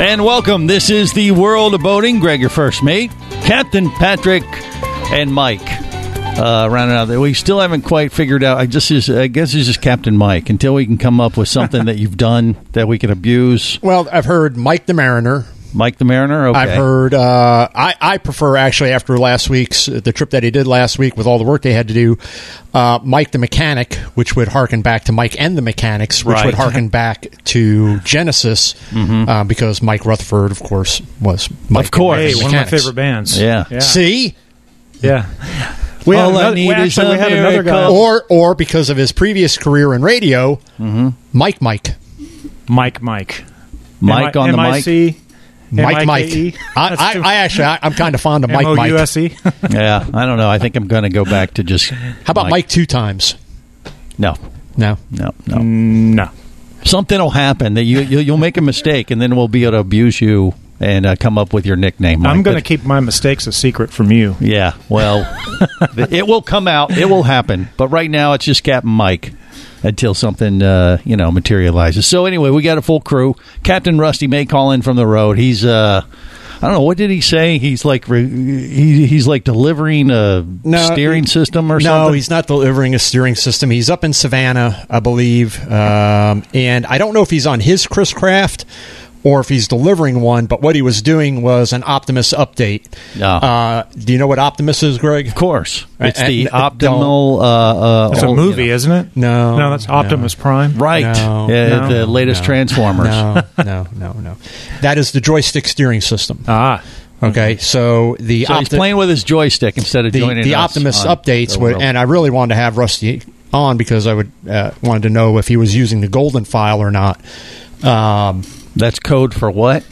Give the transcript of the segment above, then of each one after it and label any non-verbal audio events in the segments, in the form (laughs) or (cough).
And welcome. This is the world of boating. Greg, your first mate, Captain Patrick, and Mike. Uh, rounding out there, we still haven't quite figured out. I just is, I guess it's just Captain Mike until we can come up with something that you've done that we can abuse. Well, I've heard Mike the Mariner. Mike the Mariner. Okay. I've heard. Uh, I I prefer actually after last week's the trip that he did last week with all the work they had to do. Uh, Mike the mechanic, which would harken back to Mike and the Mechanics, which Right. would (laughs) harken back to Genesis, uh, because Mike Rutherford, of course, was Mike Of course. and Hey, the one Mm-hmm. of my Mechanics. favorite bands. Yeah. yeah. See, yeah. We All had I another, need we is actually, we had another guy, America. or or because of his previous career in radio, Mm-hmm. Mike Mike. Mike. Mike. Mike on the mic. mic. E? Mike, Mike. I, I, I actually, I, I'm kind of fond of Mike, Mike. How M-O-U-S-E. Yeah, I don't know. I think I'm going to go back to just. How about Mike. two times? No, No. no, no. (laughs) Hmm. No. Something will happen that you, you you'll make a mistake, and then we'll be able to abuse you and uh, come up with your nickname. Mike. I'm going to But- Oh, keep my mistakes a secret from you. Yeah, well, th- it will come out. It will happen. But right now, it's just Captain Mike until something uh, you know materializes. So anyway, we got a full crew. Captain Rusty may call in from the road. He's uh, I don't know what did he say. He's like re- he, he's like delivering a No, steering he- system or no, something. he's not delivering a steering system. He's up in Savannah, I believe, um, and I don't know if he's on his Chris Craft or if he's delivering one. But what he was doing was an Optimus update. Ah. Uh, do you know what Optimus is, Greg? of course, I- it's I- the n- optimal. Uh, uh, It's a oh, movie, you know. isn't it? No, No, that's no. Optimus Prime. right? No, yeah, no, the latest no, Transformers. (laughs) No, no, no, no. That is the joystick steering system. Ah. Okay, so the Mm-hmm. So he's Opti- playing with his joystick instead of the, joining the us Optimus on updates the would, road. and I really wanted to have Rusty on because I would uh, wanted to know if he was using the golden file or not. Um, That's code for what?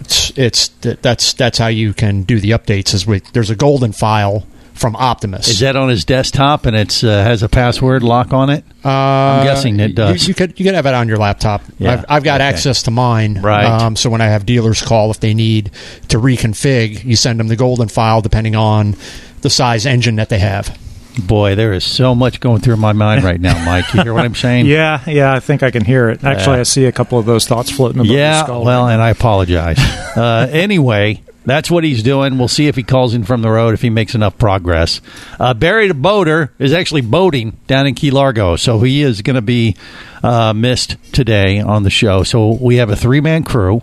it's, it's th- that's that's how you can do the updates. Is with there's a golden file from Optimus. Is that on his desktop and it's uh, has a password lock on it? Uh, I'm guessing it does. You, you could you could have it on your laptop. Yeah, I've, I've got okay. access to mine. Um, Right. so when I have dealers call if they need to reconfig, you send them the golden file depending on the size engine that they have. Boy, there is so much going through my mind right now, Mike. You hear what I'm (laughs) saying? Yeah, yeah, I think I can hear it. Actually, I see a couple of those thoughts floating above the Yeah. skull. Well, and I (laughs) apologize. uh, anyway, that's what he's doing. We'll see if he calls in from the road if he makes enough progress. Uh, Barry the boater is actually boating down in Key Largo, so he is going to be uh, missed today on the show. So we have a three man crew.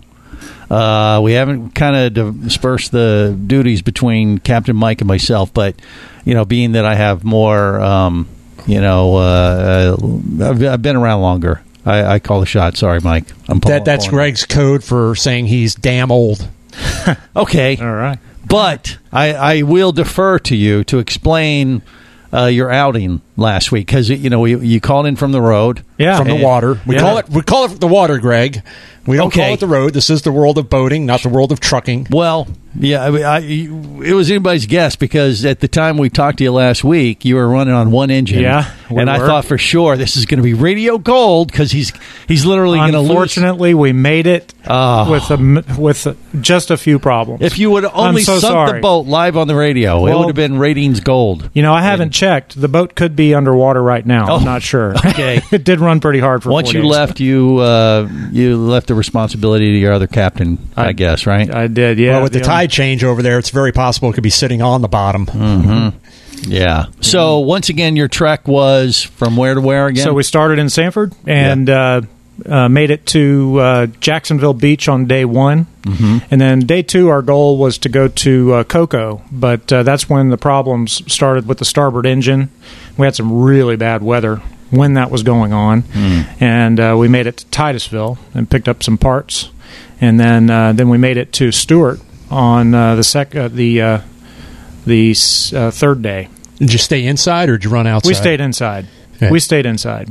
Uh, we haven't kind of dispersed the duties between Captain Mike and myself, but you know, being that I have more, um, you know, uh, uh, I've, I've been around longer. I, I call the shot. Sorry, Mike. I'm pulling- That that's pulling- Greg's code for saying he's damn old. Okay, All right. but I, I will defer to you to explain uh, your outing last week because you know you, you called in from the road. Yeah. from the And- water. We yeah. call it we call it the water, Greg. We don't Okay. call it the road. This is the world of boating, not the world of trucking. Well, yeah, I, I, it was anybody's guess because at the time we talked to you last week, you were running on one engine. Yeah, we and I were. thought for sure this is going to be radio gold because he's he's literally going to lose. Unfortunately, we made it Oh. with a, m- with a- just a few problems. If you would have only I'm so sunk sorry. the boat live on the radio, it Well- would have been ratings gold. You know, I haven't checked. The boat could be underwater right now. Oh, I'm not sure. okay. (laughs) it did run pretty hard for. Once four you days. left, you uh, you left the responsibility to your other captain, I, guess, right? I did. Yeah. well, with the, only- tide change over there, it's very possible it could be sitting on the bottom. yeah. So once again, your trek was from where to where again? Mm-hmm. So we started in Sanford and uh, uh, made it to uh, Jacksonville Beach on day one, mm-hmm. and then day two, our goal was to go to uh, Cocoa, but uh, that's when the problems started with the starboard engine. We had some really bad weather when that was going on, and uh, we made it to Titusville and picked up some parts, and then uh, then we made it to Stewart on uh, the sec uh, the uh, the s- uh, third day. Did you stay inside or did you run outside? We stayed inside. Yeah. We stayed inside,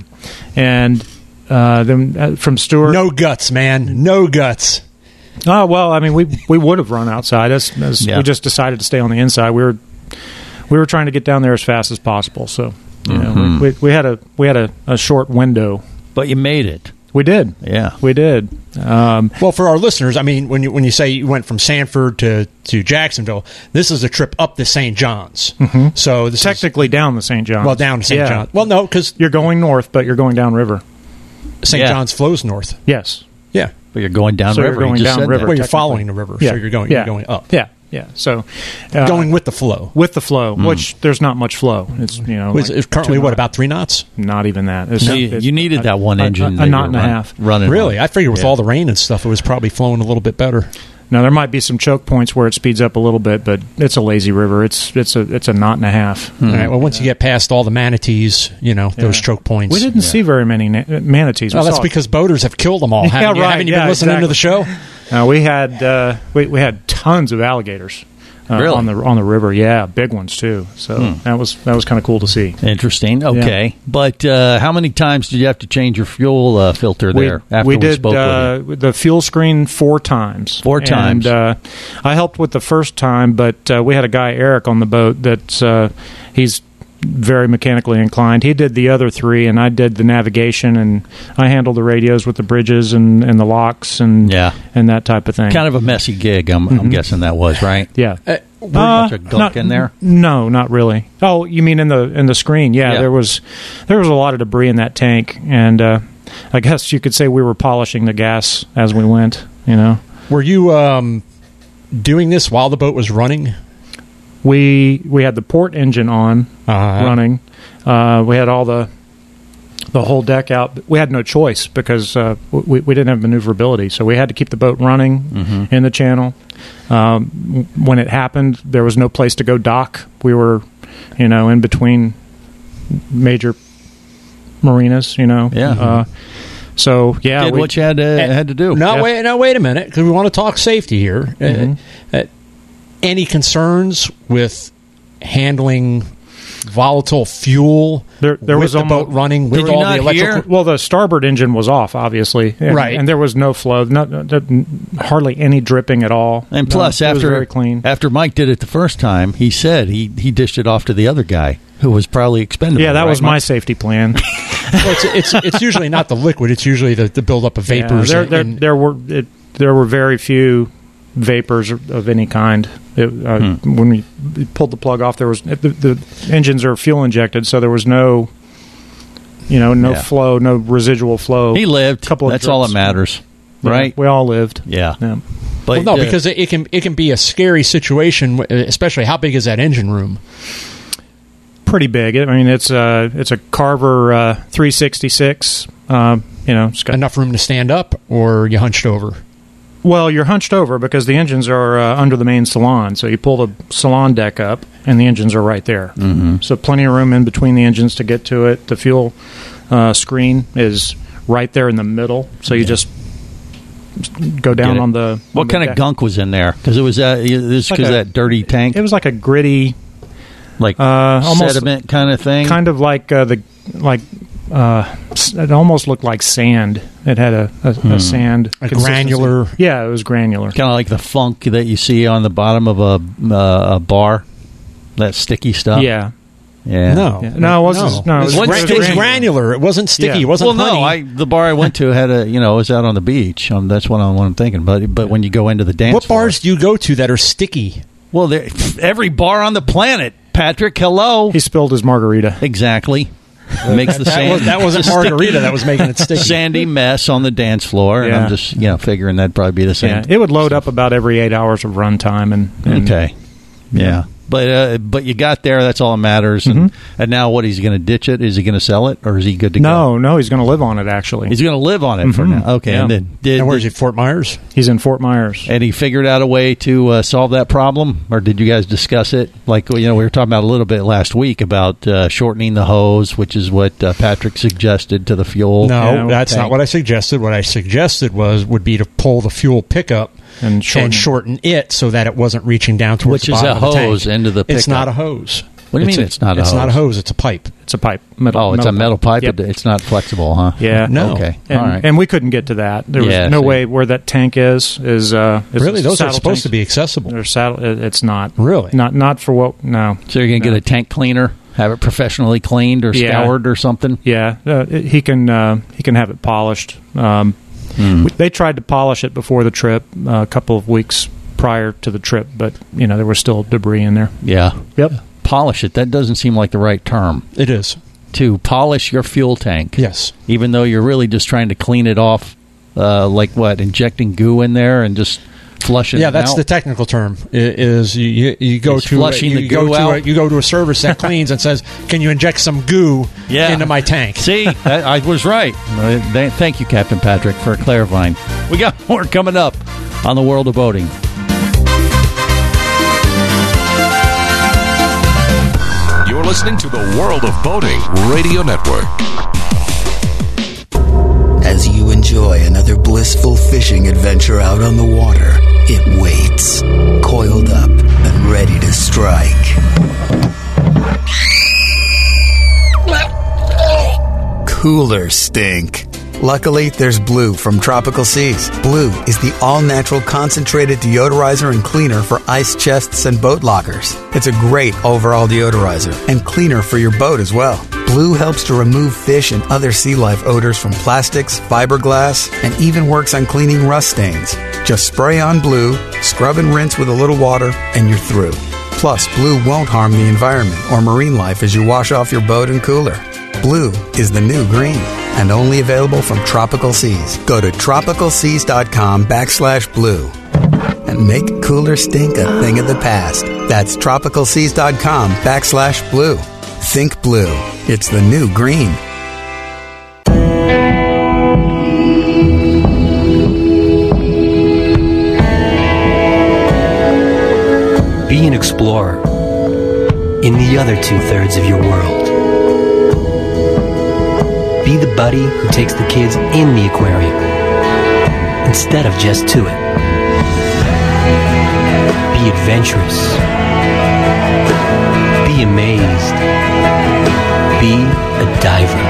and uh, then uh, from Stewart. No guts, man. No guts. Oh well, I mean, we we would have run outside. That's, that's Yeah. we just decided to stay on the inside. We were we were trying to get down there as fast as possible. So you Mm-hmm. know, we, we, we had a we had a, a short window. But you made it. We did. Yeah. we did. Um, Well, for our listeners, I mean, when you when you say you went from Sanford to, to Jacksonville, this is a trip up to St. John's. Mm-hmm. So this is, technically down the St. John. well down to St. John's. Well, no, because you're going north, but you're going downriver. St. Yeah. John's flows north. Yes. Yeah, But you're going down So you're river. going you just down said that. river. well, you're technically. following the river, so you're going yeah. you're going up, Yeah. Yeah. So uh, going with the flow. with the flow, which there's not much flow. It's you know It's like it's currently two what knots. about three knots? not even that. It's- So you, it's you needed a- that one a- engine. a, that you knot were and a run- half. Running. Really, on. I figure with Yeah. all the rain and stuff, it was probably flowing a little bit better. Now there might be some choke points where it speeds up a little bit, but it's a lazy river. It's it's a it's a knot and a half. All right. Well, once you get past all the manatees, you know Hmm. those choke points. We didn't see very many na- manatees. We Well, that's saw- because boaters have killed them all. Haven't (laughs) Yeah, you? right, Haven't you yeah, been listening to the show? exactly. Now, we had (laughs) uh, we we had tons of alligators. Uh, Really? on the on the river, yeah, big ones too. So that was that was kind of cool to see. Interesting. Okay, but uh, how many times did you have to change your fuel uh, filter there after we, did spoke with you? uh, the fuel screen four times. Four times. And, uh, I helped with the first time, but uh, we had a guy Eric on the boat that uh, he's very mechanically inclined. He did the other three, and I did the navigation, and I handled the radios with the bridges and, and the locks and Yeah. and that type of thing. Kind of a messy gig. I'm, I'm guessing that was right. Mm-hmm. yeah. Pretty Uh, much a gunk not- in there. No, not really. Oh, you mean in the in the screen? Yeah, Yeah. there was there was a lot of debris in that tank, and uh, I guess you could say we were polishing the gas as we went. You know, Were you um, doing this while the boat was running? we we had the port engine on Uh-huh. running. Uh, we had all the the whole deck out. We had no choice because uh, we we didn't have maneuverability, so we had to keep the boat running Mm-hmm. in the channel. Um, w- when it happened, there was no place to go dock. We were, you know, in between major marinas. You know, Yeah. Uh, so yeah, did we- what you had to, had to do. No, Yeah. wait, no, wait a minute, because we want to talk safety here. Uh, Mm-hmm. uh, any concerns with handling volatile fuel? There- there with was the almo- boat running Did with you all not the electrical. hear? Well, the starboard engine was off, obviously, and, Right. And there was no flow, not, not- hardly any dripping at all. And No, plus, it was after very clean. after Mike did it the first time, he said he, he dished it off to the other guy who was probably expendable. Yeah, that right, was Mike? my (laughs) safety plan. (laughs) Well, it's, it's, it's usually not the liquid; it's usually the, the buildup of Yeah, vapors. there, and- there, and- there were it, there were very few vapors of any kind. It, uh, Hmm. When we pulled the plug off, there was the, the engines are fuel injected, so there was no, you know, no Yeah. flow, no residual flow. He lived. Couple of That's all that drips. matters, Yeah, right? We all lived. Yeah. Yeah. But well, no, uh, because it, it can it can be a scary situation, w- especially how big is that engine room? pretty big. I mean, it's a it's a Carver uh, 366. Um, you know, it's got Enough room to stand up, or you hunched over? Well, you're hunched over because the engines are uh, under the main salon. So you pull the salon deck up, and the engines are right there. Mm-hmm. So plenty of room in between the engines to get to it. The fuel uh, screen is right there in the middle. So you just go down it. on the. on what the kind of deck. gunk was in there? Because it was uh, this Like because a- that dirty tank, It was like a gritty, like uh, almost sediment kind of thing. kind of like uh, the like. Uh, s- it almost looked like sand. It had a, a, Hmm. a sand A consistency. granular- Yeah, it was granular. kind of like the funk that you see on the bottom of a uh, a bar, that sticky stuff. Yeah, yeah. No, Yeah. No, it wasn't- no, it was it was, gran- granular. it was granular. It wasn't sticky. Yeah. It wasn't well, no, honey. I, the bar I went to had a you know it was out on the beach. Um, that's what I'm, what I'm thinking. But but when you go into the dance, what floor- bars do you go to that are sticky? Well, there, (laughs) every bar on the planet, Patrick. Hello, he spilled his margarita. (laughs) exactly. It makes the That, sand, was, that (laughs) wasn't margarita that was making it sticky. sandy mess on the dance floor, and Yeah. I'm just you know figuring that'd probably be the same. Yeah, it would load up about every eight hours of runtime, and, and Okay. Yeah. But uh, but you got there. That's all that matters. And Mm-hmm. and now what? He's going to ditch it. Is he going to sell it, or is he good to go? no, no, he's going to live on it. Actually, He's going to live on it for now. Okay. And Yeah. then did And Mm-hmm. where's it? Fort Myers. he's in Fort Myers. and he figured out a way to uh, solve that problem, or did you guys discuss it? Like you know, we were talking about a little bit last week about uh, shortening the hose, which is what uh, Patrick suggested to the fuel. No, Yeah, that's tank. not what I suggested. What I suggested was would be to pull the fuel pickup And shorten it. shorten it so that it wasn't reaching down towards Which the is bottom a of the tank. hose into the It's pickup. not a hose. What do you It's mean a- it's not a It's not a hose? hose. It's a pipe. It's a pipe. Metal, Oh, it's a metal pipe. Yep. It, it's not flexible, huh? Yeah. No. Okay. and, All right. and we couldn't get to that. There was Yeah, no see. way where that tank is. Is uh, is Really, those are saddle supposed to be tanks. accessible. They're saddle. it- It's not Really? not not for what. No. so you're going to No. get a tank cleaner, have it professionally cleaned or Yeah. scoured or something. Yeah, uh, it- he can uh, he can have it polished. Um, Hmm. we- They tried to polish it before the trip, uh, a couple of weeks prior to the trip, but you know there was still debris in there. Yeah. Yep. Polish it. That doesn't seem like the right term. It is. To polish your fuel tank. Yes. Even though you're really just trying to clean it off, uh, like what injecting goo in there and just flushing. Yeah, it that's out? the technical term. i- Is you, you, you go It's to flushing you the go goo to out. A, you go to a (laughs) service that cleans and says, "Can you inject some goo Yeah. into my tank?" (laughs) See, I, I was right. Uh, th- Thank you, Captain Patrick, for clarifying. We got (laughs) more coming up on the world of boating. You're listening to the World of Boating Radio Network. As you enjoy another blissful fishing adventure out on the water, it waits, coiled up and ready to strike. Cooler stink. Luckily, there's Blue from Tropical Seas. Blue is the all natural concentrated deodorizer and cleaner for ice chests and boat lockers. It's a great overall deodorizer and cleaner for your boat as well. Blue helps to remove fish and other sea life odors from plastics, fiberglass, and even works on cleaning rust stains. Just spray on Blue, scrub and rinse with a little water, and you're through. Plus, Blue won't harm the environment or marine life as you wash off your boat and cooler. Blue is the new green and only available from Tropical Seas. Go to tropicalseas.com backslash blue and make cooler stink a thing of the past. That's tropicalseas.com backslash blue. Think blue. It's the new green. Be an explorer in the other two thirds of your world. Be the buddy who takes the kids in the aquarium instead of just to it. Be adventurous. Be amazed. Be a diver.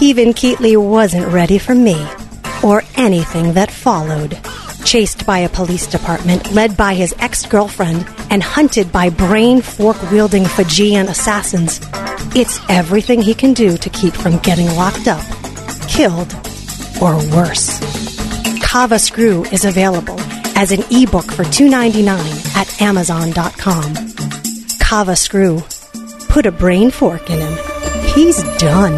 Even Keatley wasn't ready for me or anything that followed. Chased by a police department, led by his ex girlfriend, and hunted by brain fork wielding Fijian assassins, it's everything he can do to keep from getting locked up, killed, or worse. Kava Screw is available as an ebook for $2.99 at Amazon.com. Kava Screw. Put a brain fork in him. He's done.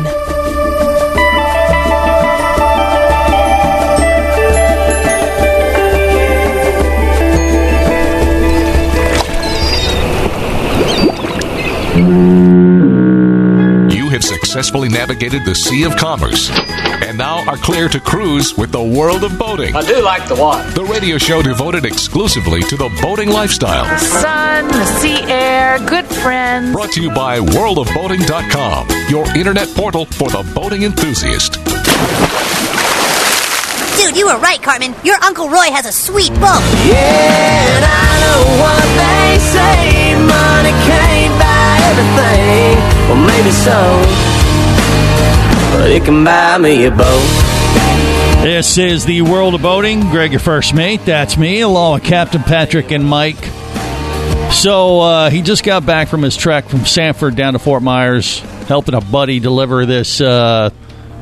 You have successfully navigated the Sea of Commerce and now are clear to cruise with the World of Boating, I do like the water. the radio show devoted exclusively to the boating lifestyle. sun, the sea air, good friends. Brought to you by worldofboating.com, your internet portal for the boating enthusiast. Dude, you were right, Carmen. Your Uncle Roy has a sweet boat. Yeah, and I know what they say. Money can't buy everything. Well, maybe so. But it can buy me a boat. This is the world of boating. Greg, your first mate. That's me, along with Captain Patrick and Mike. So uh, he just got back from his trek from Sanford down to Fort Myers, helping a buddy deliver this. Uh,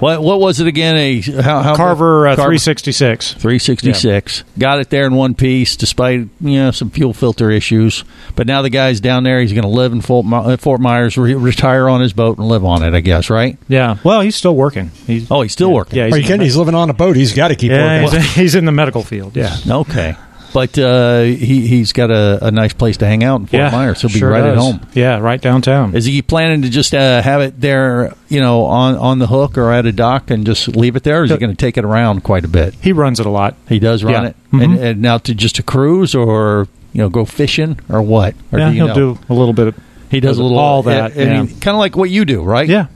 what what was it again? A how, how Carver uh, three sixty six. 366. Got it there in one piece, despite you know some fuel filter issues. But now the guy's down there. He's going to live in Fort, My- uh, Fort Myers, re- retire on his boat, and live on it. I guess, right? Yeah. Well, he's still working. He's, Oh, he's still working. Yeah. Are you kidding? He's living on a boat. He's got to keep yeah, working. he's, (laughs) he's in the medical field. Yeah. Okay. But uh, he he's got a, a nice place to hang out in Fort yeah. Myers. He'll be sure right at does. home. Yeah, right downtown. Is he planning to just uh, have it there, you know, on, on the hook or at a dock and just leave it there? Or is he going to take it around quite a bit? he runs it a lot. He does run Yeah. Mm-hmm. it, and, and now to just a cruise or you know go fishing or what? Or yeah, do you he'll know? do a little bit of He does a little all that. yeah. kind of like what you do, right? yeah.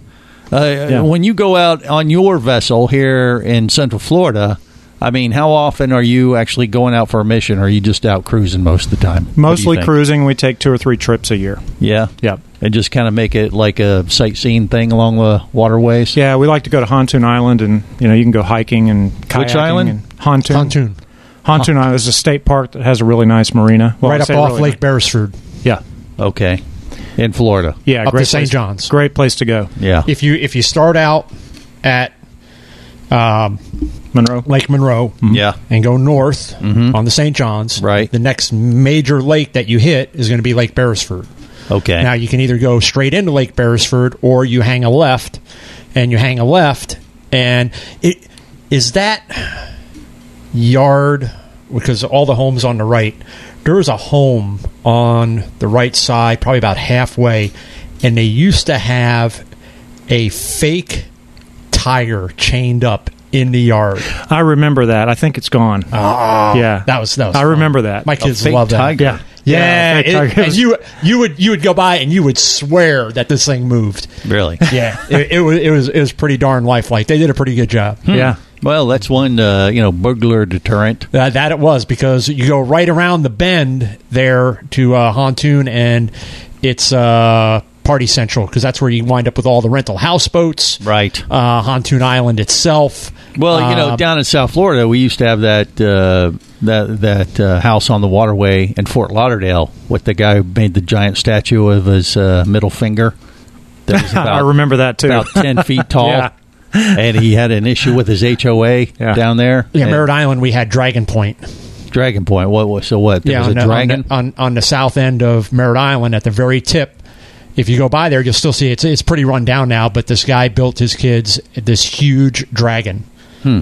Uh, Yeah. When you go out on your vessel here in Central Florida, I mean, how often are you actually going out for a mission? Or are you just out cruising most of the time? What do you Mostly think? cruising. We take two or three trips a year. Yeah. Yep. And just kind of make it like a sightseeing thing along the waterways. Yeah, we like to go to Hontoon Island, and you know you can go hiking and kayaking. Which island? And Hontoon. Hontoon. Hontoon Island is a state park that has a really nice marina. Well, right I up say off really Lake Beresford. nice. Yeah, Okay. In Florida. yeah. Up to great St. place- John's. Great place to go. Yeah. If you if you start out at um, Monroe. Lake Monroe Yeah. and go north on the St. John's, Mm-hmm. Right. the next major lake that you hit is going to be Lake Beresford. Okay. Now you can either go straight into Lake Beresford or you hang a left, and you hang a left, and it is that yard because all the homes on the right. There is a home on the right side, probably about halfway, and they used to have a fake tire chained up in the yard. I remember that. I think it's gone. Oh, yeah, that was that. Was I fun. remember that. My kids fake love that. tiger. yeah. Yeah, fake it- tiger. (laughs) and you you would you would go by and you would swear that this thing moved. Really? Yeah, it, it was it was it was pretty darn lifelike. They did a pretty good job. Hmm. yeah. Well, that's one, uh, you know, burglar deterrent. Uh, that it was because you go right around the bend there to uh, Hontoon and it's uh, Party Central because that's where you wind up with all the rental houseboats. Right. Uh, Hontoon Island itself. Well, you know, Uh, down in South Florida, we used to have that uh, that that uh, house on the waterway in Fort Lauderdale with the guy who made the giant statue of his uh, middle finger. That was (laughs) I remember that too. about ten (laughs) feet tall, Yeah. and he had an issue with his HOA Yeah. down there. yeah, And Merritt Island, we had Dragon Point. Dragon Point. What was so what? There was a on the, dragon. on the, on, on the south end of Merritt Island at the very tip. If you go by there, you'll still see it's it's pretty run down now. But this guy built his kids this huge dragon. Hmm.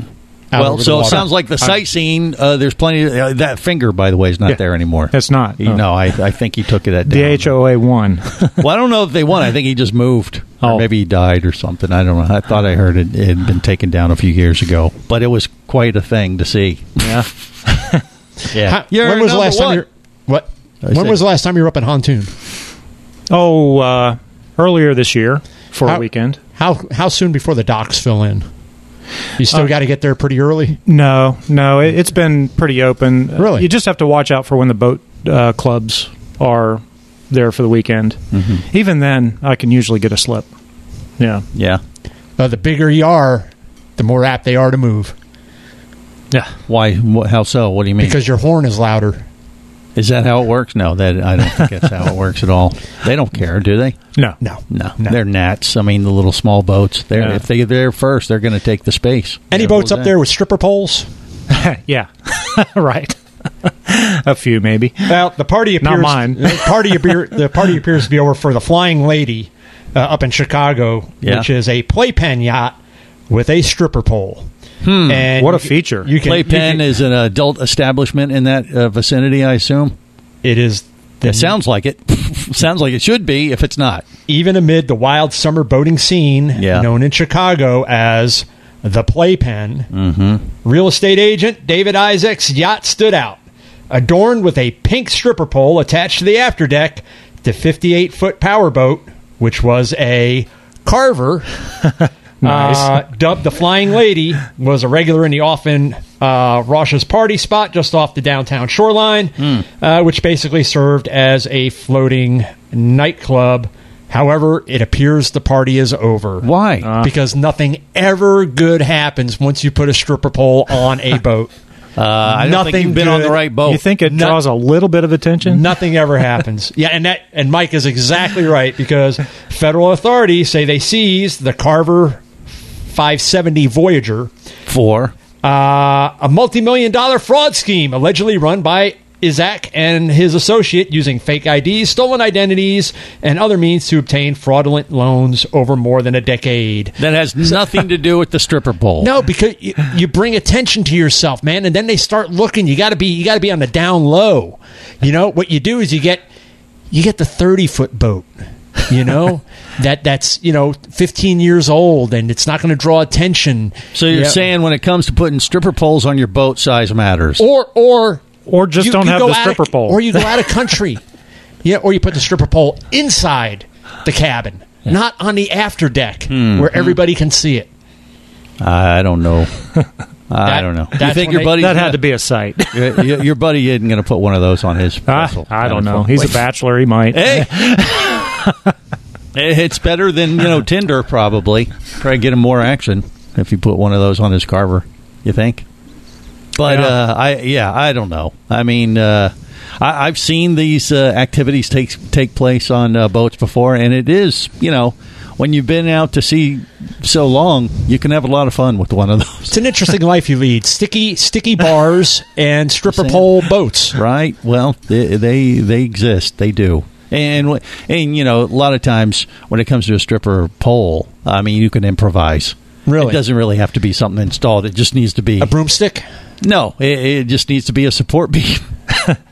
well, so it sounds like the sightseeing. Uh, there's plenty. uh, that finger, by the way, is not Yeah. there anymore. It's not. You No. know, I, I think he took it that The down. HOA won. (laughs) Well, I don't know if they won. I think he just moved, or Oh. maybe he died or something. I don't know. I thought I heard it, it had been taken down a few years ago, but it was quite a thing to see. yeah. (laughs) Yeah. when was the last time you what? When said- was the last time you were up in Hontoon? Oh, uh, earlier this year for How- a weekend. How how soon before the docks fill in? You still got to get there pretty early. No, no, it, it's been pretty open. Really? you just have to watch out for when the boat uh, clubs are there for the weekend. Mm-hmm. Even then, I can usually get a slip. Yeah, Yeah. Uh, the bigger you are, the more apt they are to move yeah. Why? Wh- how so? What do you mean? because your horn is louder. is that how it works? No, that I don't think that's how it works at all. They don't care, do they? No, No, No, No. they're gnats. I mean, the little small boats. They're Yeah. if they get there first, they're going to take the space. Any Simple boats as up that. there with stripper poles? yeah, (laughs) right. (laughs) a few maybe. Well, the party appears Not mine. the party (laughs) appear, the party appears to be over for the Flying Lady uh, up in Chicago, Yeah. which is a playpen yacht with a stripper pole. And Hmm. What you a can- feature. You can, Playpen you is an adult establishment in that uh, vicinity, I assume. can- it is Mm-hmm. It sounds like it. (laughs) sounds like it should be. If it's not, even amid the wild summer boating scene Yeah. known in Chicago as the Playpen, real estate agent David Isaac's yacht stood out, adorned with a pink stripper pole attached to the afterdeck, the 58 foot powerboat, which was a Carver. Nice. uh, dubbed the Flying Lady, was a regular in the often uh, Rosh's party spot just off the downtown shoreline, uh, which basically served as a floating nightclub. However, it appears the party is over. why? Because nothing ever good happens once you put a stripper pole on a boat. Uh, I don't think Nothing you've been on the good. right boat. you think it no- draws a little bit of attention? Nothing ever happens. Yeah, and that and Mike is exactly right because federal authorities say they seized the Carver 570 Voyager for? uh, a multi-million dollar fraud scheme allegedly run by Isaac and his associate using fake IDs, stolen identities, and other means to obtain fraudulent loans over more than a decade. That has nothing to do with the stripper pole. No, because you, you bring attention to yourself, man, and then they start looking. You got to be you got to be on the down low. You know what you do is you get you get the thirty foot boat. (laughs) You know that that's you know fifteen years old and it's not going to draw attention. So you're Yeah. saying when it comes to putting stripper poles on your boat, size matters. or or Or just don't have go the out stripper of- pole. or you go out of country, yeah, or you put the stripper pole inside the cabin, not on the after deck where everybody can see it. (laughs) I don't know. I don't know. that's when they- that had to be a sight. your, (laughs) your- your buddy isn't going to put one of those on his vessel. Ah, I don't know. He's a bachelor. He might. Hey, Eh, it's better than you know Tinder probably. Probably get him more action if you put one of those on his carver. You think? But uh, I yeah I don't know. I mean uh, I, I've seen these uh, activities take take place on uh, boats before, and it is you know when you've been out to sea so long, you can have a lot of fun with one of those. It's an interesting life you lead. Sticky, sticky bars and stripper pole boats. Right. Well, they they, they exist. They do. And wh- and you know, a lot of times when it comes to a stripper pole, I mean, you can improvise. Really? It doesn't really have to be something installed. It just needs to be A broomstick. no. It, it just needs to be a support (laughs) beam.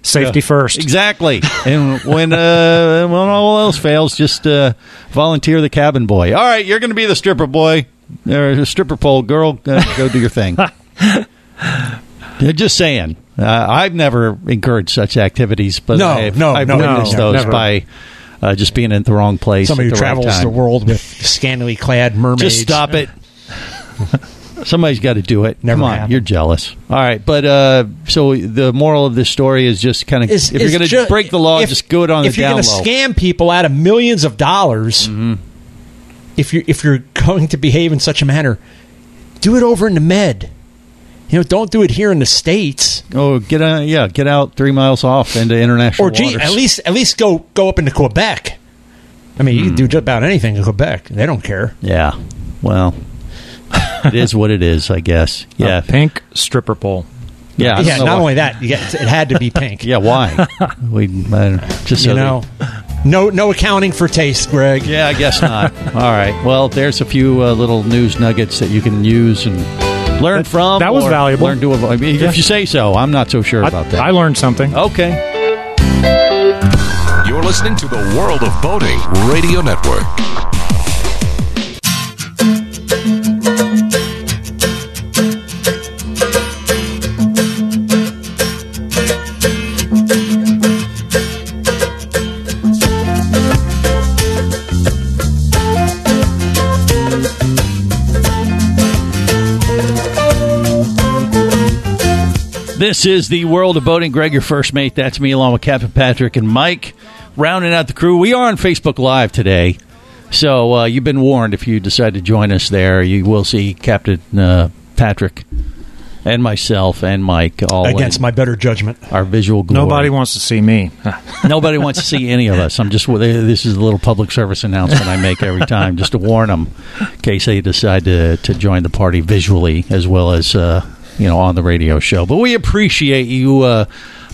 Safety first. Exactly. And when uh, when all else fails, just uh, volunteer the cabin boy. All right, you're going to be the stripper boy or the stripper pole girl. Uh, go do your (laughs) thing. They're just saying. Uh, I've never encouraged such activities, but No, I've, no, I've no, witnessed no, those never. by uh, just being in the wrong place. Somebody at who the right travels time. the world with scantily clad mermaids. Just stop it. (laughs) Somebody's got to do it. Never Come on, happened. you're jealous. All right, but uh, so the moral of this story is just kind of It's- if you're it's going to ju- break the law, if- just do it on if the Mm-hmm. down you're gonna low. scam people out of millions of dollars, if you if you're going to behave in such a manner, do it over in the med. You know, don't do it here in the states. Oh, get out! Yeah, get out three miles off into international Or gee, waters. at least at least go go up into Quebec. I mean, you can do Hmm. just about anything in Quebec. They don't care. yeah. Well, it is what it is, I (laughs) guess. Yeah, A pink stripper pole. yeah. I don't Oh, yeah, know not why- only that, you get, it had (laughs) to be pink. Yeah, (laughs) why? we I don't- just so you they- know, no no accounting for taste, Greg. yeah, I guess (laughs) not. All right. Well, there's a few uh, little news nuggets that you can use and learn That- from. that was or valuable. Learn to avoid. If Yeah. you say so, I'm not so sure I, about that. Oh, I learned something. okay. You're listening to the World of Boating Radio Network. This is the world of boating. Greg, your first mate. That's me, along with Captain Patrick and Mike, rounding out the crew. We are on Facebook Live today, so uh, you've been warned. If you decide to join us there, you will see Captain uh, Patrick and myself and Mike all Against in my better judgment. our visual glory. Nobody wants to see me. (laughs) Nobody wants to see any of us. I'm just this is a little public service announcement I make every time, just to warn them in case they decide to to join the party visually as well as uh, you know on the radio show. But we appreciate you uh,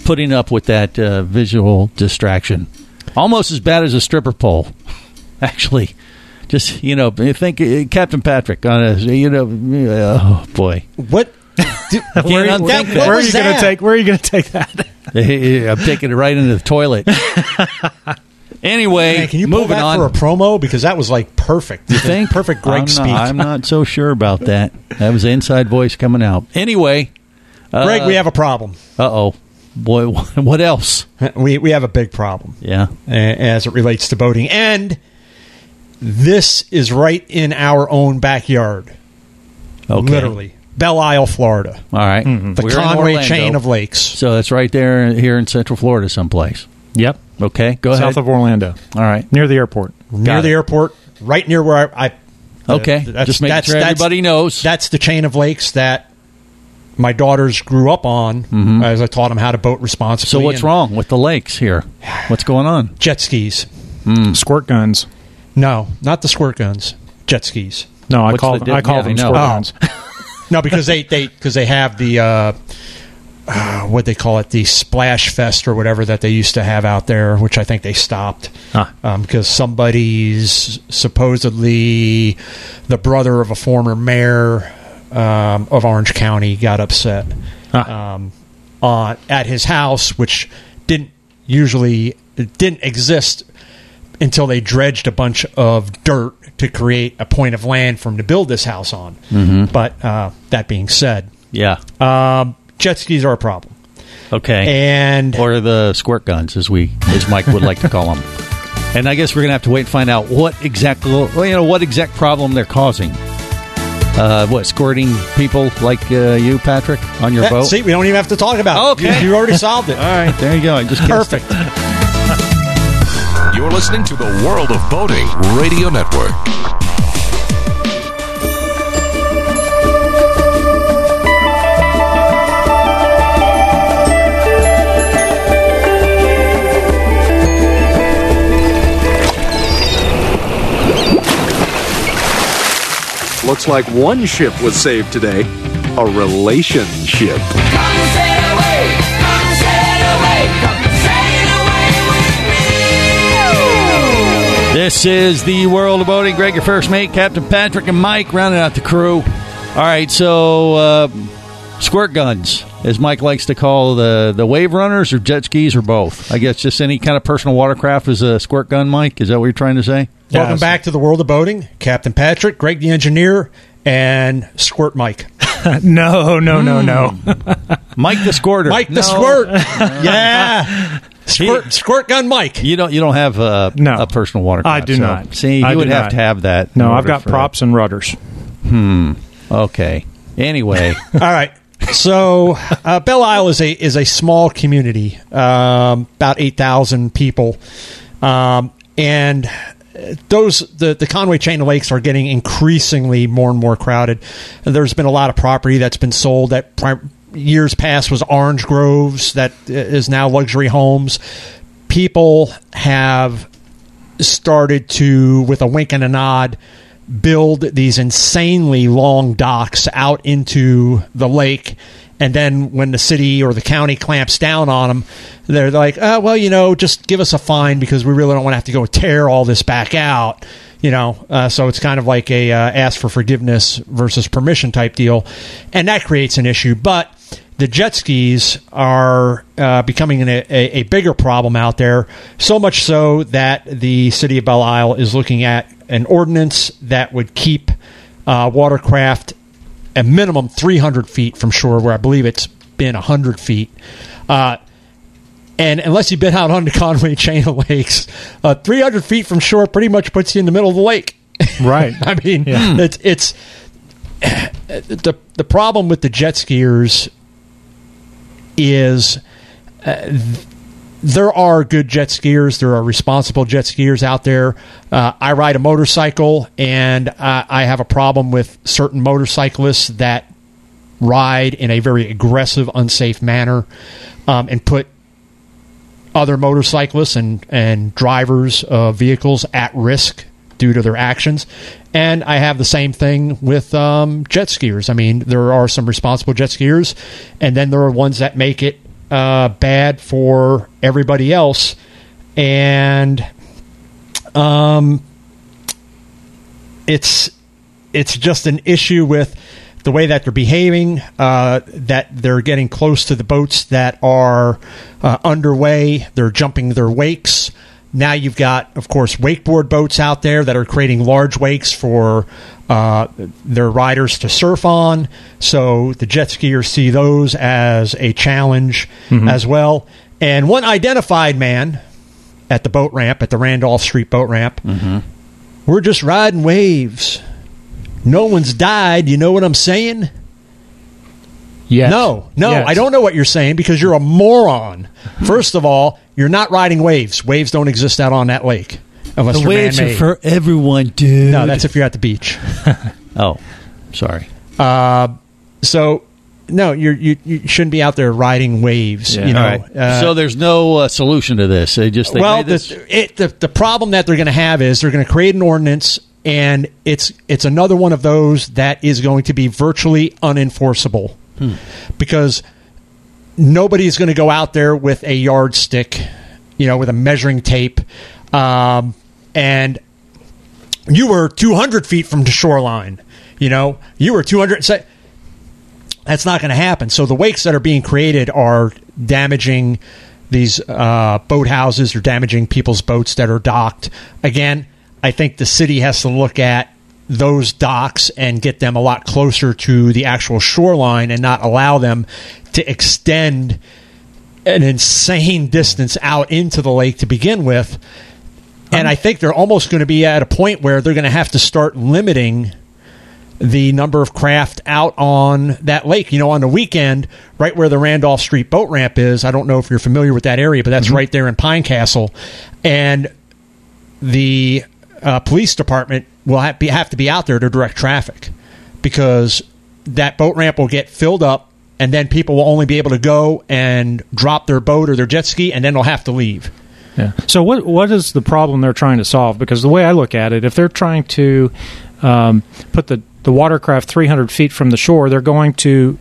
putting up with that uh, visual distraction, almost as bad as a stripper pole, (laughs) actually. Just you know, think uh, Captain Patrick on a you know, uh, oh boy, (laughs) (laughs) What? Do, Where- where- that- what where where are was you going that? to take? Where are you going to take (laughs) that? I'm taking it right into the toilet. (laughs) Anyway, Man, can you moving pull that on for a promo because that was like perfect. You think? (laughs) perfect I'm Greg not, speak. I'm not so sure about that. That was the inside voice coming out. Anyway, Greg, we have a problem. uh oh, boy, what (laughs) else? We we have a big problem Yeah, uh, as it relates to boating, and this is right in our own backyard, okay, literally Belle Isle, Florida, All right. the We're in Conway Orlando. chain of lakes. So that's right there here in Central Florida, someplace. Yep. Okay, go South ahead. of Orlando, All right. near the airport. near it. the airport, right near where I. I Okay, Th- that's- just making that's- sure that's- everybody knows. that's the chain of lakes that my daughters grew up on as I taught them how to boat responsibly. Mm-hmm. so what's and wrong with the lakes here? What's going on? Jet skis. Hmm. Squirt guns. No, not the squirt guns. Jet skis. No, I What's call the them, di- I call yeah, I them know. squirt Oh. guns. No, because they they because they have the uh, uh, what they call it the splash fest or whatever that they used to have out there, which I think they stopped Ah. um, because somebody's supposedly the brother of a former mayor um, of Orange County got upset Ah. um, on at his house, which didn't usually it didn't exist until they dredged a bunch of dirt to create a point of land for him to build this house on. Mm-hmm. But uh, that being said, Yeah. um, jet skis are a problem, Okay. and or the squirt guns, as we as Mike would like to call (laughs) them. And I guess we're gonna have to wait and find out what exact well, you know what exact problem they're causing. uh, what squirting people like uh, you, Patrick, on your Yeah, boat. See, we don't even have to talk about it. Okay. You, you already solved (laughs) it. All right, there you go. I just guessed it. (laughs) Perfect. You're listening to the World of Boating Radio Network. Looks like one ship was saved today a relationship. This is the world of boating. Greg, your first mate, Captain Patrick, and Mike rounding out the crew. All right, so uh, squirt guns, as Mike likes to call the the wave runners or jet skis or both. I guess just any kind of personal watercraft is a squirt gun. Mike, is that what you're trying to say? Welcome back to the world of boating, Captain Patrick, Greg the engineer, and Squirt Mike. Oh. (laughs) no, no, no, Hmm. no. Mike the squirter. Mike the No. (laughs) Squirt. yeah. Squirt, squirt gun Mike. You don't you don't have a, a personal watercraft. I do so- not. See, you I do would have not. to have that. in No, I've order got for- props (laughs) and rudders. Hmm. Okay. Anyway. (laughs) All right. So uh, Belle Isle is a is a small community, um, about eight thousand people, um, and those the the Conway chain of lakes are getting increasingly more and more crowded. There's been a lot of property that's been sold that prim- years past was orange groves that uh, is now luxury homes. People have started to, with a wink and a nod, build these insanely long docks out into the lake. And then when the city or the county clamps down on them, they're like, oh, well, you know, just give us a fine because we really don't want to have to go tear all this back out. You know, uh, so it's kind of like a uh, ask for forgiveness versus permission type deal. And that creates an issue. But the jet skis are uh, becoming an, a, a bigger problem out there, so much so that the city of Belle Isle is looking at an ordinance that would keep uh, watercraft a minimum 300 feet from shore, where I believe it's been 100 feet. Uh, and unless you've been out on the Conway chain of lakes, uh, 300 feet from shore pretty much puts you in the middle of the lake. (laughs) Right. I mean, it's, it's uh, the, the problem with the jet skiers is uh, th- there are good jet skiers. There are responsible jet skiers out there. Uh, I ride a motorcycle, and uh, I have a problem with certain motorcyclists that ride in a very aggressive, unsafe manner, um, and put other motorcyclists and, and drivers of vehicles at risk due to their actions. And I have the same thing with um, jet skiers. I mean, there are some responsible jet skiers, and then there are ones that make it uh, bad for everybody else. And um, it's it's just an issue with the way that they're behaving, uh, that they're getting close to the boats that are uh, underway. They're jumping their wakes. Now you've got, of course, wakeboard boats out there that are creating large wakes for uh, their riders to surf on. So the jet skiers see those as a challenge as well. And one identified man at the boat ramp, at the Randolph Street boat ramp, we're just riding waves. No one's died. You know what I'm saying? Yes. No, no, Yes. I don't know what you're saying because you're a moron. First of all, you're not riding waves. Waves don't exist out on that lake unless the they're waves are man-made. for everyone, dude. no, that's if you're at the beach. oh, sorry. Uh, so, no, you're, you you shouldn't be out there riding waves. You know, All right. Uh, so there's no uh, solution to this. They just they well, made this. the, it, the the problem that they're going to have is they're going to create an ordinance, and it's it's another one of those that is going to be virtually unenforceable because nobody's going to go out there with a yardstick, you know, with a measuring tape, um, and you were 200 feet from the shoreline. You know, you were 200. Say, that's not going to happen. So the wakes that are being created are damaging these uh, boat houses or damaging people's boats that are docked. Again, I think the city has to look at those docks and get them a lot closer to the actual shoreline and not allow them to extend an insane distance out into the lake to begin with. And I think they're almost going to be at a point where they're going to have to start limiting the number of craft out on that lake. You know, on the weekend, right where the Randolph Street boat ramp is. I don't know if you're familiar with that area, but that's right there in Pine Castle, and the uh, police department will have, be, have to be out there to direct traffic because that boat ramp will get filled up and then people will only be able to go and drop their boat or their jet ski and then they'll have to leave. Yeah. So what what is the problem they're trying to solve? Because the way I look at it, if they're trying to um, put the the watercraft 300 feet from the shore, they're going to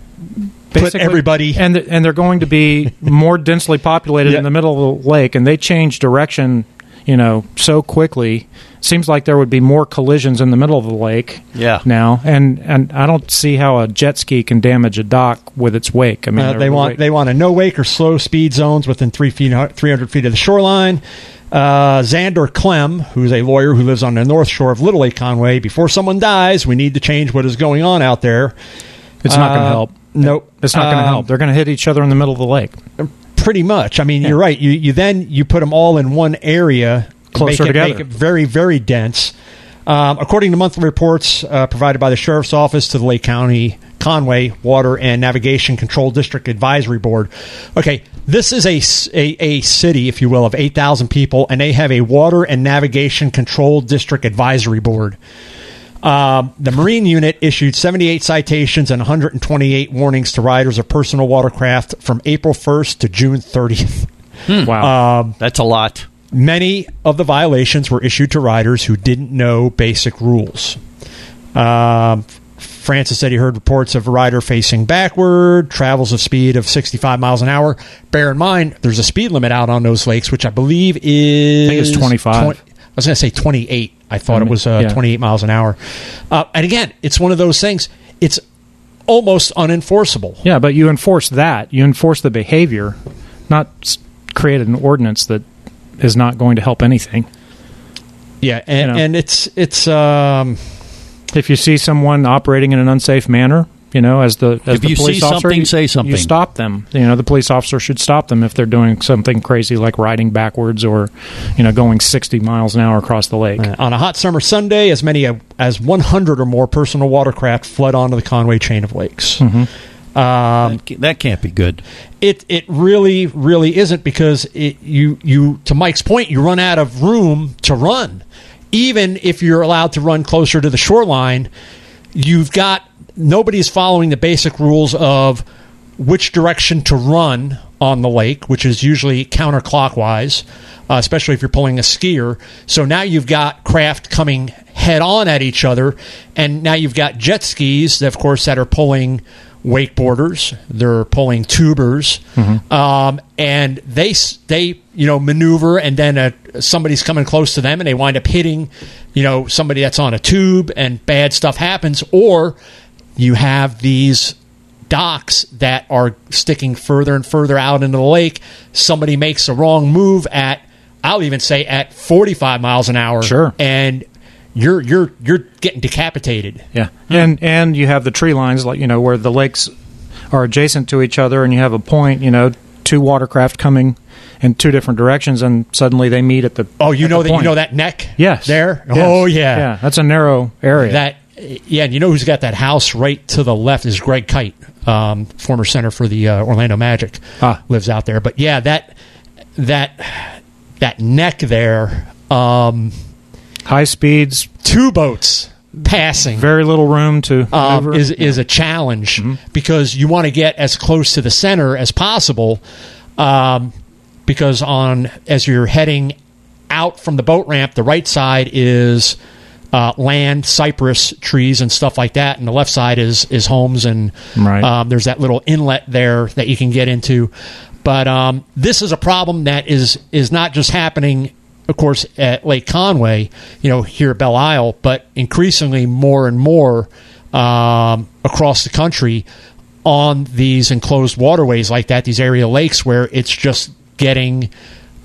basically- everybody- and th- and they're going (laughs) to be more densely populated Yeah. in the middle of the lake, and they change direction. You know, so quickly seems like there would be more collisions in the middle of the lake. Yeah. Now, and and I don't see how a jet ski can damage a dock with its wake. I mean, Uh, they're they want really- they want a no wake or slow speed zones within three feet, three hundred feet of the shoreline. Uh, Xander Clem, who's a lawyer who lives on the north shore of Little Lake Conway, before someone dies, we need to change what is going on out there. It's not going to Uh, help. Nope, It's not going Um, to help. They're going to hit each other in the middle of the lake. pretty much. I mean, you're right. You you then you put them all in one area, Closer make it, together. make it very very dense. Um, according to monthly reports uh, provided by the sheriff's office to the Lake County Conway Water and Navigation Control District Advisory Board, okay, this is a s- a, a city, if you will, of eight thousand people, and they have a water and navigation control district advisory board. Um, the Marine unit issued 78 citations and 128 warnings to riders of personal watercraft from April 1st to June 30th. Wow. That's a lot. Many of the violations were issued to riders who didn't know basic rules. Um, Francis said he heard reports of a rider facing backward, travels of speed of 65 miles an hour. Bear in mind, there's a speed limit out on those lakes, which I believe is. I think it's 25. I was going to say 28. I thought it was uh, Yeah. 28 miles an hour. Uh, and again, it's one of those things. It's almost unenforceable. Yeah, but you enforce that. You enforce the behavior, not s- create an ordinance that is not going to help anything. Yeah, and, You know. and it's it's um, If you see someone operating in an unsafe manner, you know, as the as If the you police see officer, something, you- say something. You stop them. You know, the police officer should stop them if they're doing something crazy like riding backwards or, you know, going sixty miles an hour across the lake. Uh, On a hot summer Sunday, as many as 100 or more personal watercraft flood onto the Conway chain of lakes. Um, That ca- That can't be good. it it really really isn't because it, you you to Mike's point, you run out of room to run. Even if you're allowed to run closer to the shoreline, you've got nobody's following the basic rules of which direction to run on the lake, which is usually counterclockwise, uh, especially if you're pulling a skier. So now you've got craft coming head on at each other, and now you've got jet skis, of course, that are pulling wakeboarders, they're pulling tubers, um, and they s- they you know maneuver, and then uh somebody's coming close to them, and they wind up hitting, you know, somebody that's on a tube, and bad stuff happens, or you have these docks that are sticking further and further out into the lake. Somebody makes a wrong move at, I'll even say at 45 miles an hour, Sure. and you're you're you're getting decapitated. Yeah, and and you have the tree lines, like you know, where the lakes are adjacent to each other, and you have a point, you know, two watercraft coming in two different directions, and suddenly they meet at the. Oh, you at know the that you point. know that neck. Yes. there. Yes. Oh yeah. Yeah, that's a narrow area. that. Yeah, and you know who's got that house right to the left is Greg Kite, um, former center for the uh, Orlando Magic, Ah. lives out there. But yeah, that that that neck there, um, high speeds, two boats passing. very little room to um, maneuver. is is a challenge because you want to get as close to the center as possible. Um, because on as you're heading out from the boat ramp, the right side is uh, land, cypress trees, and stuff like that, and the left side is is homes and Right. um, there's that little inlet there that you can get into. But um, this is a problem that is is not just happening, of course, at Lake Conway, you know, here at Belle Isle, but increasingly more and more um, across the country on these enclosed waterways like that, these area lakes where it's just getting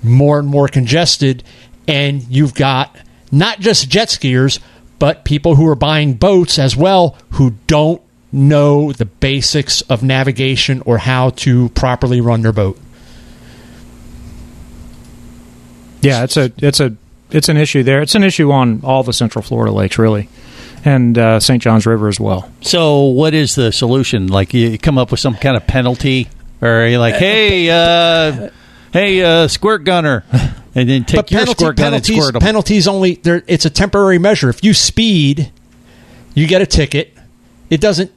more and more congested, and you've got not just jet skiers, but people who are buying boats as well who don't know the basics of navigation or how to properly run their boat. yeah, it's a it's a it's an issue there. It's an issue on all the Central Florida lakes, really. and uh, St. Johns River as well. So, what is the solution? Like, you come up with some kind of penalty, or you're like, hey, uh, hey, uh, squirt gunner, and then take your squirt gun and penalties, squirt 'em. penalties only. There, it's a temporary measure. If you speed, you get a ticket. It doesn't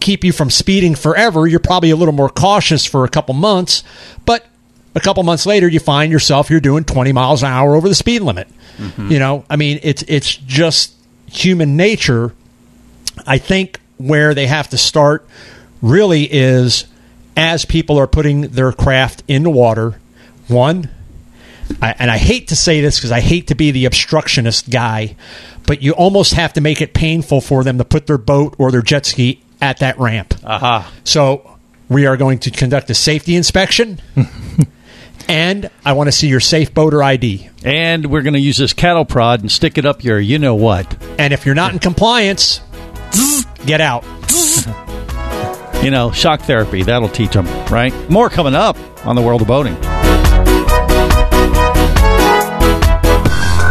keep you from speeding forever. You're probably a little more cautious for a couple months, but a couple months later, you find yourself you're doing 20 miles an hour over the speed limit. Mm-hmm. You know, I mean, it's it's just human nature. I think where they have to start really is as people are putting their craft in the water. One, I, and I hate to say this because I hate to be the obstructionist guy, but you almost have to make it painful for them to put their boat or their jet ski at that ramp. Aha. So we are going to conduct a safety inspection, and I want to see your safe boater ID. And we're going to use this cattle prod and stick it up your, you know what? And if you're not in compliance, get out. You know, shock therapy. That'll teach them, right? More coming up on the world of boating.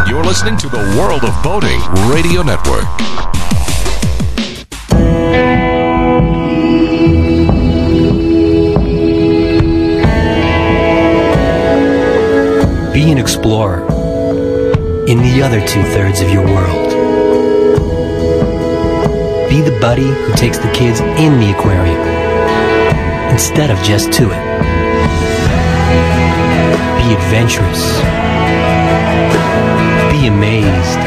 You're listening to the World of Boating Radio Network. Be an explorer in the other two thirds of your world. Be the buddy who takes the kids in the aquarium instead of just to it. Be adventurous. Be amazed.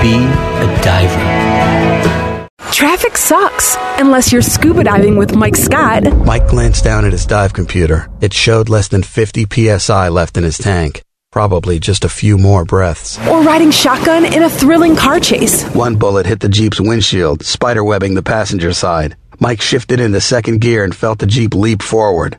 Be a diver. Traffic sucks, unless you're scuba diving with Mike Scott. Mike glanced down at his dive computer. It showed less than 50 psi left in his tank. Probably just a few more breaths. Or riding shotgun in a thrilling car chase. One bullet hit the Jeep's windshield, spiderwebbing the passenger side. Mike shifted into second gear and felt the Jeep leap forward.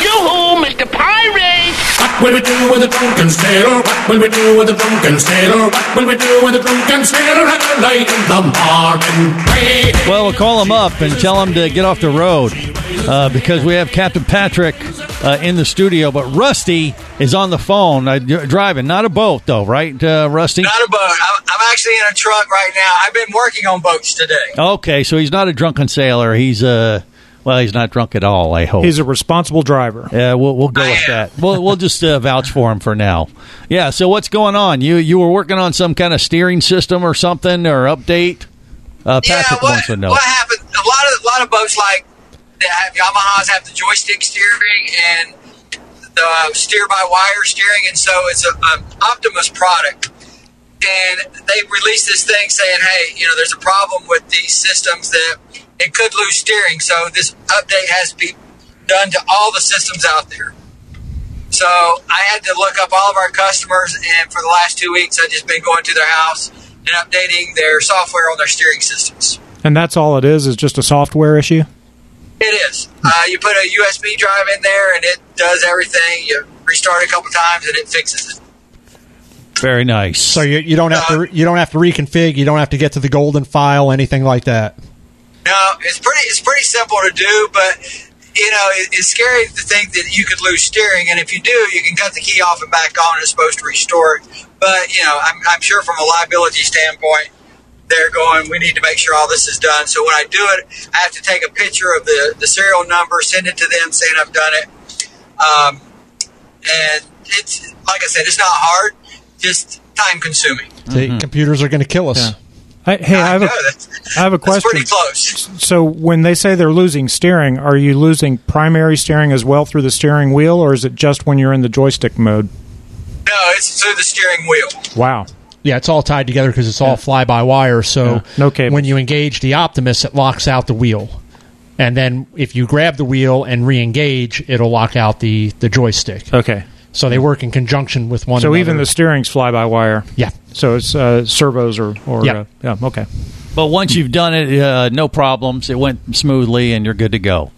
Yoo-hoo, Mr. Pirate! What will we do with a drunken sailor? What will we do with a drunken sailor? What will we do with a drunken sailor at the light in the morning? Well, we'll call him up and tell him to get off the road uh, because we have Captain Patrick uh, in the studio, but Rusty is on the phone uh, dri- driving. Not a boat, though, right, uh, Rusty? Not a boat. I'm, I'm actually in a truck right now. I've been working on boats today. Okay, so he's not a drunken sailor. He's Uh, well, he's not drunk at all. I hope. He's a responsible driver. Yeah, we'll, we'll go with that. We'll, we'll just uh, vouch for him for now. Yeah. So what's going on? You you were working on some kind of steering system or something or update? Uh, Patrick wants to know. What happened? A lot of a lot of boats like that have Yamahas have the joystick steering and the steer by wire steering, and so it's a, an Optimus product. And they released this thing saying, "Hey, you know, there's a problem with these systems that it could lose steering." So this update has to be done to all the systems out there. So I had to look up all of our customers, and for the last two weeks, I've just been going to their house and updating their software on their steering systems. And that's all it is, is just a software issue? It is. Uh, you put a USB drive in there, and it does everything. You restart a couple times, and it fixes it. Very nice. So you, you don't have to re- you don't have to reconfig. You don't have to get to the golden file, anything like that. No, it's pretty. It's pretty simple to do, but you know, it, it's scary to think that you could lose steering. And if you do, you can cut the key off and back on. And it's supposed to restore it. But you know, I'm, I'm sure from a liability standpoint, they're going. We need to make sure all this is done. So when I do it, I have to take a picture of the the serial number, send it to them, saying I've done it. Um, and it's like I said, it's not hard, just time consuming. The computers are going to kill us. I, hey, I have a, I have a That's question. pretty close. So when they say they're losing steering, are you losing primary steering as well through the steering wheel, or is it just when you're in the joystick mode? No, it's through the steering wheel. Wow. Yeah, it's all tied together because it's all fly by wire. So no cable. when you engage the Optimus, it locks out the wheel, and then if you grab the wheel and re-engage, it'll lock out the the joystick. Okay. So they work in conjunction with one. so another. even the steering's fly by wire. Yeah. So it's uh, servos or or Yeah. Uh, yeah. Okay. But once you've done it, uh, no problems. It went smoothly, and you're good to go.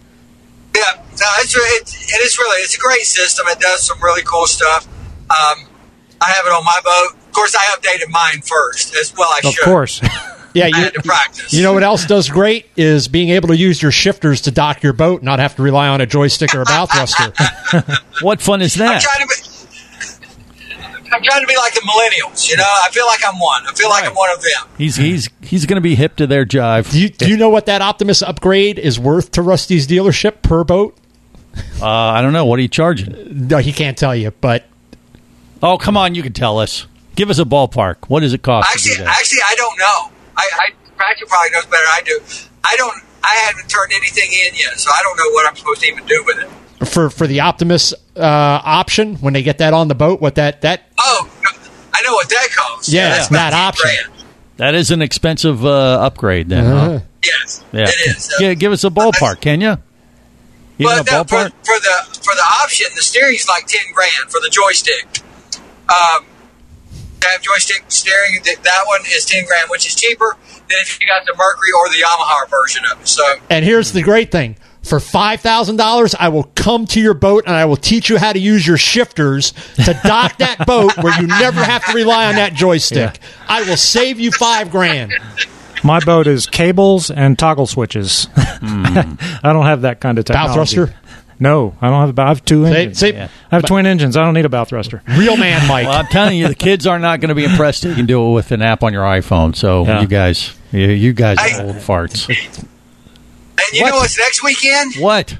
Yeah, no, it's re- it, it is really it's a great system. It does some really cool stuff. Um, I have it on my boat. Of course, I updated mine first as well. I Of should. (laughs) course. Yeah, I you- had to practice. You know what else does great is being able to use your shifters to dock your boat, not have to rely on a joystick or a bow thruster. what fun is I'm that? trying to be. I'm trying to be like the millennials. You know, I feel like I'm one. I feel like I'm one of them. He's he's he's going to be hip to their jive. Do you, do you know what that Optimus upgrade is worth to Rusty's dealership per boat? Uh, I don't know. What are you charging? No, he can't tell you, but Oh, come on. You can tell us. Give us a ballpark. What does it cost to do Actually, that? actually, I don't know. I, I Patrick probably knows better than I do. I don't. I haven't turned anything in yet, so I don't know what I'm supposed to even do with it. for for the Optimus uh, option, when they get that on the boat, what that that Oh, I know what that costs. yeah, That's about that option. that is an expensive uh, upgrade, then. Huh? Yes, Yeah. it is. Gi- give us a ballpark, can you? Even a But that, for, ballpark. for the for the option, the steering's like ten grand for the joystick. Um, to have joystick steering, th- that one is ten grand, which is cheaper than if you got the Mercury or the Yamaha version of it. So And here's the great thing. For five thousand dollars, I will come to your boat and I will teach you how to use your shifters to (laughs) dock that boat where you never have to rely on that joystick. I will save you five grand. My boat is cables and toggle switches. Hmm. (laughs) I don't have that kind of technology. thruster? No, I don't have a bow. I have two engines. see- Yeah. I have twin engines. I don't need a bow thruster. Real man, Mike. Well, I'm telling you, the kids are not going to be impressed. that You can do it with an app on your iPhone. So you guys, you, you guys, I- are old farts. and you know what's next weekend? (laughs) What?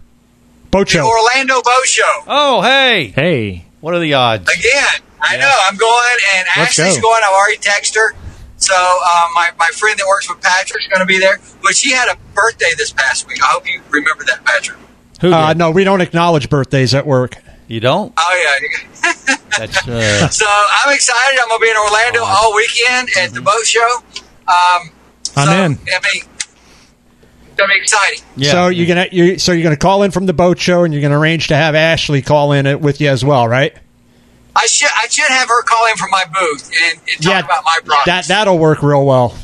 Boat The show. Orlando Boat Show Oh, hey, Hey, what are the odds? again. I know I'm going, and Let's Ashley's go. going. I've already texted her. So uh, my my friend that works with Patrick's going to be there. But she had a birthday this past week. I hope you remember that, Patrick. Who? did? Uh, no, we don't acknowledge birthdays at work. you don't? Oh yeah. That's uh, So I'm excited. I'm gonna be in Orlando all weekend at Mm-hmm. the boat show. Um, I'm so, I in. mean, it's gonna be exciting. yeah. So you're gonna you so you're gonna call in from the boat show and you're gonna arrange to have Ashley call in it with you as well, right? I should I should have her call in from my booth and, and talk about my products. that that'll work real well.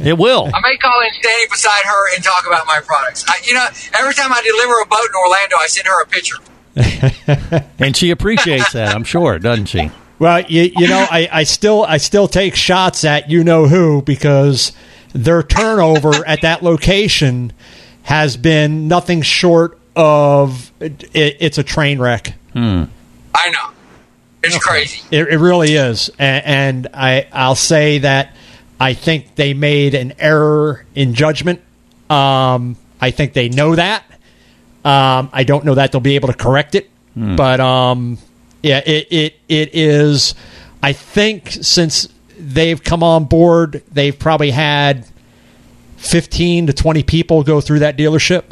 it will. I may call in standing beside her and talk about my products. I, you know, every time I deliver a boat in Orlando, I send her a picture. And she appreciates that, I'm sure, doesn't she? Well, you, you know, I, I still I still take shots at you know who because their turnover at that location has been nothing short of it, it's a train wreck. I know it's crazy. It, it really is, and, and I I'll say that I think they made an error in judgment. Um, I think they know that. Um, I don't know that they'll be able to correct it, but um, yeah, it, it it is. I think since they've come on board, they've probably had fifteen to twenty people go through that dealership.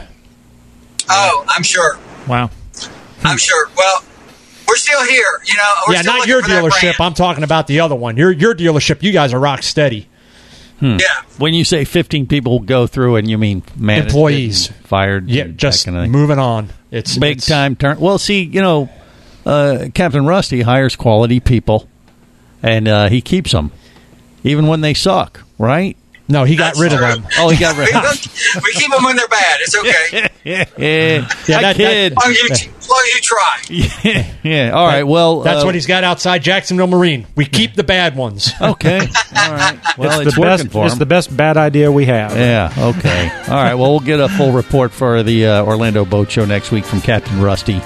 Oh, I'm sure. Wow. I'm sure. Well, we're still here. You know, we're Hmm. yeah, still not looking your for that dealership. brand. I'm talking about the other one. Your your dealership. You guys are rock steady. yeah. When you say 15 people go through, and you mean man, Employees. fired, Yeah, and that just kind of thing. moving on. It's big it's- time turn. Well, see, you know, uh, Captain Rusty hires quality people, and uh, he keeps them, even when they suck. Right? No, he got rid of them. Oh, he (laughs) got rid. we keep them when they're bad. It's (laughs) okay. yeah, yeah, Yeah, I that- that- kid. As long as you, as long as you try. (laughs) yeah. All right. Well, That's uh, what he's got outside Jacksonville Marine. We keep the (laughs) bad ones. (laughs) Okay. All right. Well, it's, the working best, for it's him. the best bad idea we have. Yeah. Okay. All right. Well, we'll get a full report for the uh, Orlando Boat Show next week from Captain Rusty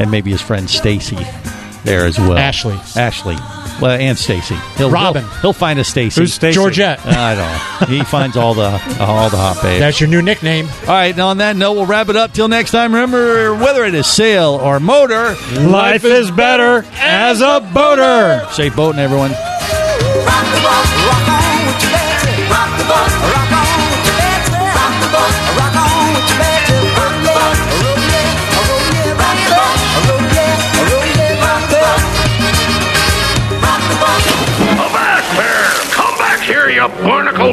and maybe his friend Stacy there as well. Ashley. Ashley. Well, and Stacy. He'll, Robin. He'll, he'll find a Stacy. Uh, Who's Stacy? Georgette. I don't. know. He finds all the all the hot babes. That's your new nickname. All right. Now on that note, we'll wrap it up. Till next time. Remember, whether it is sail or motor, Life is better as a boater. safe boating, everyone. Come back here, you barnacle